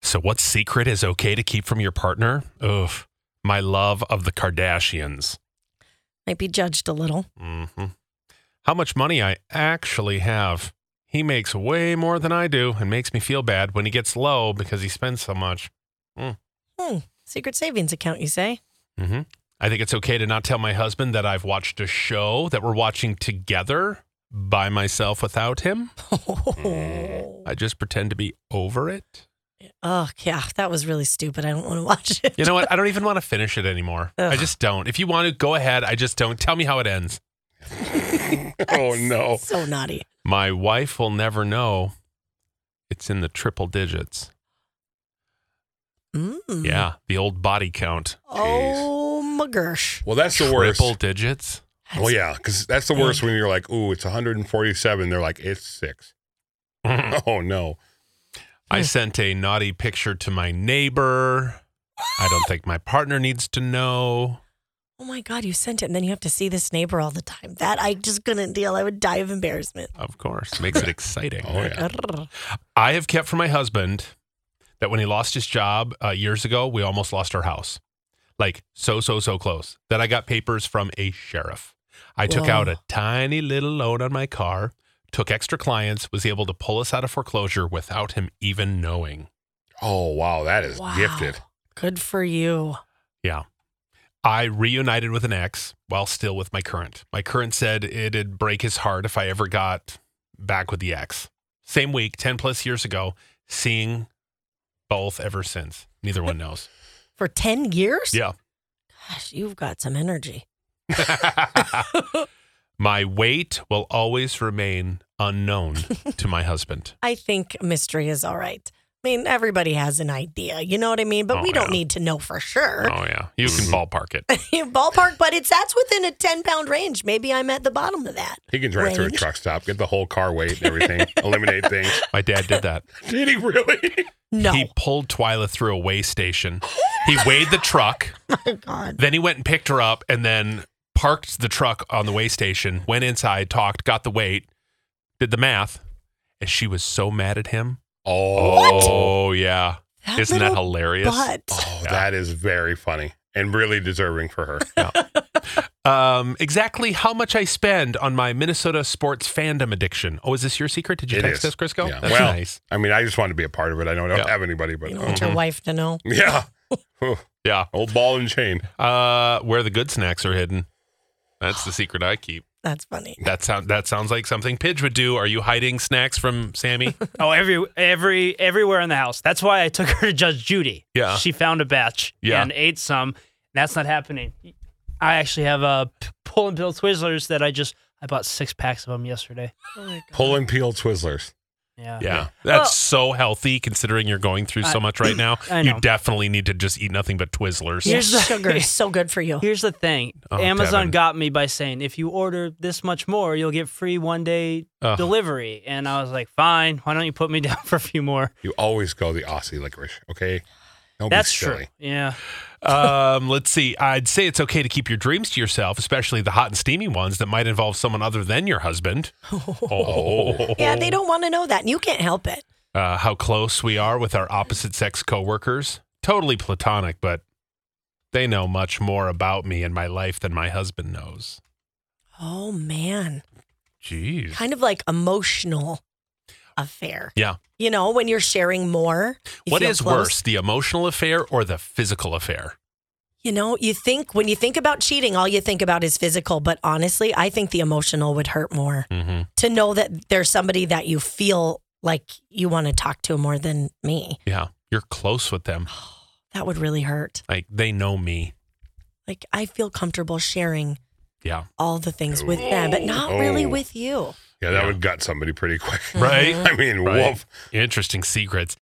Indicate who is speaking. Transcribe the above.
Speaker 1: So, what secret is okay to keep from your partner? Oof, my love of the Kardashians.
Speaker 2: might be judged a little.
Speaker 1: hmm How much money I actually have. He makes way more than I do and makes me feel bad when he gets low because he spends so much.
Speaker 2: Hmm. Secret savings account, you say?
Speaker 1: hmm I think it's okay to not tell my husband that I've watched a show that we're watching together by myself without him.
Speaker 3: Mm.
Speaker 2: Oh,
Speaker 1: I just pretend to be over it.
Speaker 2: Ugh, yeah, that was really stupid. I don't want to watch it.
Speaker 1: You know what? I don't even want to finish it anymore. I
Speaker 2: Ugh.
Speaker 1: just don't. If you want to, go ahead. I just don't. Tell me how it ends. oh, no.
Speaker 2: so naughty.
Speaker 1: My wife will never know. It's in the triple digits.
Speaker 3: Mm-hmm.
Speaker 2: Mm.
Speaker 1: Yeah, the old body count.
Speaker 2: Oh my gosh.
Speaker 3: Well, that's the worst.
Speaker 1: triple digits.
Speaker 3: Well, Oh, yeah, because that's the worst when you're like, ooh, it's 147. They're like, it's six. oh, no.
Speaker 1: I sent a naughty picture to my neighbor. I don't think my partner needs to know.
Speaker 2: Oh my God, you sent it, and then you have to see this neighbor all the time. That I just couldn't deal. I would die of embarrassment.
Speaker 1: Of course, makes it exciting.
Speaker 3: Oh, yeah.
Speaker 2: Grr.
Speaker 1: I have kept from my husband that when he lost his job uh, years ago, we almost lost our house. Like so, so, so close. That I got papers from a sheriff. I took
Speaker 2: Whoa.
Speaker 1: out a tiny little loan on my car, took extra clients, was able to pull us out of foreclosure without him even knowing.
Speaker 3: Oh, wow. That is
Speaker 2: Wow.
Speaker 3: gifted.
Speaker 2: Good for you.
Speaker 1: Yeah. I reunited with an ex while still with my current. My current said it'd break his heart if I ever got back with the ex. Same week, 10 plus years ago, seeing both ever since. Neither one knows.
Speaker 2: For 10 years?
Speaker 1: Yeah.
Speaker 2: Gosh, you've got some energy.
Speaker 1: my weight will always remain unknown to my husband.
Speaker 2: I think mystery is all right. I mean, everybody has an idea. You know what I mean? But
Speaker 1: Oh,
Speaker 2: we don't
Speaker 1: yeah.
Speaker 2: need to know for sure.
Speaker 1: Oh, yeah. You can ballpark it.
Speaker 2: ballpark, but it's that's within a ten pound range. Maybe I'm at the bottom of that.
Speaker 3: He can drive through a
Speaker 2: Range.
Speaker 3: truck stop, get the whole car weight and everything, eliminate things.
Speaker 1: My dad did that.
Speaker 3: Did he really?
Speaker 2: No,
Speaker 1: He pulled Twyla through a weigh station. He weighed the truck.
Speaker 2: my Oh, God,
Speaker 1: Then he went and picked her up and then parked the truck on the weigh station, went inside, talked, got the weight, did the math, and she was so mad at him.
Speaker 3: Oh,
Speaker 1: Oh, yeah.
Speaker 2: is
Speaker 1: Isn't that hilarious?
Speaker 2: But
Speaker 3: oh that is very funny and really deserving for her.
Speaker 1: Um, exactly how much I spend on my Minnesota sports fandom addiction. Oh, is this your secret? Did you
Speaker 3: It
Speaker 1: text
Speaker 3: is.
Speaker 1: us, Crisco?
Speaker 3: Yeah.
Speaker 1: That's
Speaker 3: well,
Speaker 1: nice.
Speaker 3: I mean, I just wanted to be a part of it. I don't, I don't
Speaker 1: Yeah.
Speaker 3: have anybody, but
Speaker 1: Oh,
Speaker 2: you don't
Speaker 3: um,
Speaker 1: Mm-hmm.
Speaker 2: want your wife to know.
Speaker 3: yeah. Ooh,
Speaker 1: Yeah.
Speaker 3: Old ball and chain.
Speaker 1: Uh, where the good snacks are hidden. That's the secret I keep.
Speaker 2: That's funny.
Speaker 1: That sound that sounds like something Pidge would do. Are you hiding snacks from Sammy?
Speaker 4: Oh, every every everywhere in the house. That's why I took her to Judge Judy.
Speaker 1: Yeah.
Speaker 4: she found a batch
Speaker 1: Yeah.
Speaker 4: and ate some. That's not happening. I actually have a p- pull and pill Twizzlers that I just I bought six packs of them yesterday.
Speaker 2: Oh my God.
Speaker 3: Pull and peel Twizzlers.
Speaker 4: Yeah,
Speaker 1: Yeah. That's
Speaker 4: Well-
Speaker 1: so healthy considering you're going through so
Speaker 4: I-
Speaker 1: much right now.
Speaker 4: I know.
Speaker 1: You definitely need to just eat nothing but Twizzlers.
Speaker 2: Yeah,
Speaker 4: Here's the-
Speaker 2: sugar is so good for you.
Speaker 4: Here's the thing:
Speaker 1: Oh,
Speaker 4: Amazon
Speaker 1: Devin.
Speaker 4: got me by saying if you order this much more, you'll get free one day
Speaker 1: Ugh.
Speaker 4: delivery. And I was like, fine. Why don't you put me down for a few more?
Speaker 3: You always go the Aussie licorice, okay? Don't
Speaker 4: That's
Speaker 3: be silly.
Speaker 4: true. Yeah.
Speaker 1: um, let's see. I'd say it's okay to keep your dreams to yourself, especially the hot and steamy ones that might involve someone other than your husband. Oh.
Speaker 2: Yeah, they don't want to know that, and you can't help it.
Speaker 1: Uh, how close we are with our opposite sex coworkers. Totally platonic, but they know much more about me and my life than my husband knows.
Speaker 2: Oh man,
Speaker 1: Jeez.
Speaker 2: kind of like emotional affair.
Speaker 1: Yeah.
Speaker 2: You know, when you're sharing more. you
Speaker 1: What
Speaker 2: feel
Speaker 1: is
Speaker 2: close.
Speaker 1: worse, the emotional affair or the physical affair?
Speaker 2: You know, you think when you think about cheating, all you think about is physical. But honestly, I think the emotional would hurt more.
Speaker 1: Mm-hmm.
Speaker 2: to know that there's somebody that you feel like you want to talk to more than me.
Speaker 1: Yeah. You're close with them.
Speaker 2: That would really hurt.
Speaker 1: Like they know me.
Speaker 2: Like I feel comfortable sharing
Speaker 1: Yeah.
Speaker 2: all the things with them, but not
Speaker 3: Oh.
Speaker 2: really with you.
Speaker 3: Yeah, that
Speaker 1: Yeah.
Speaker 3: would gut somebody pretty quick.
Speaker 1: Right?
Speaker 3: I mean,
Speaker 1: Right.
Speaker 3: woof.
Speaker 1: Interesting secrets.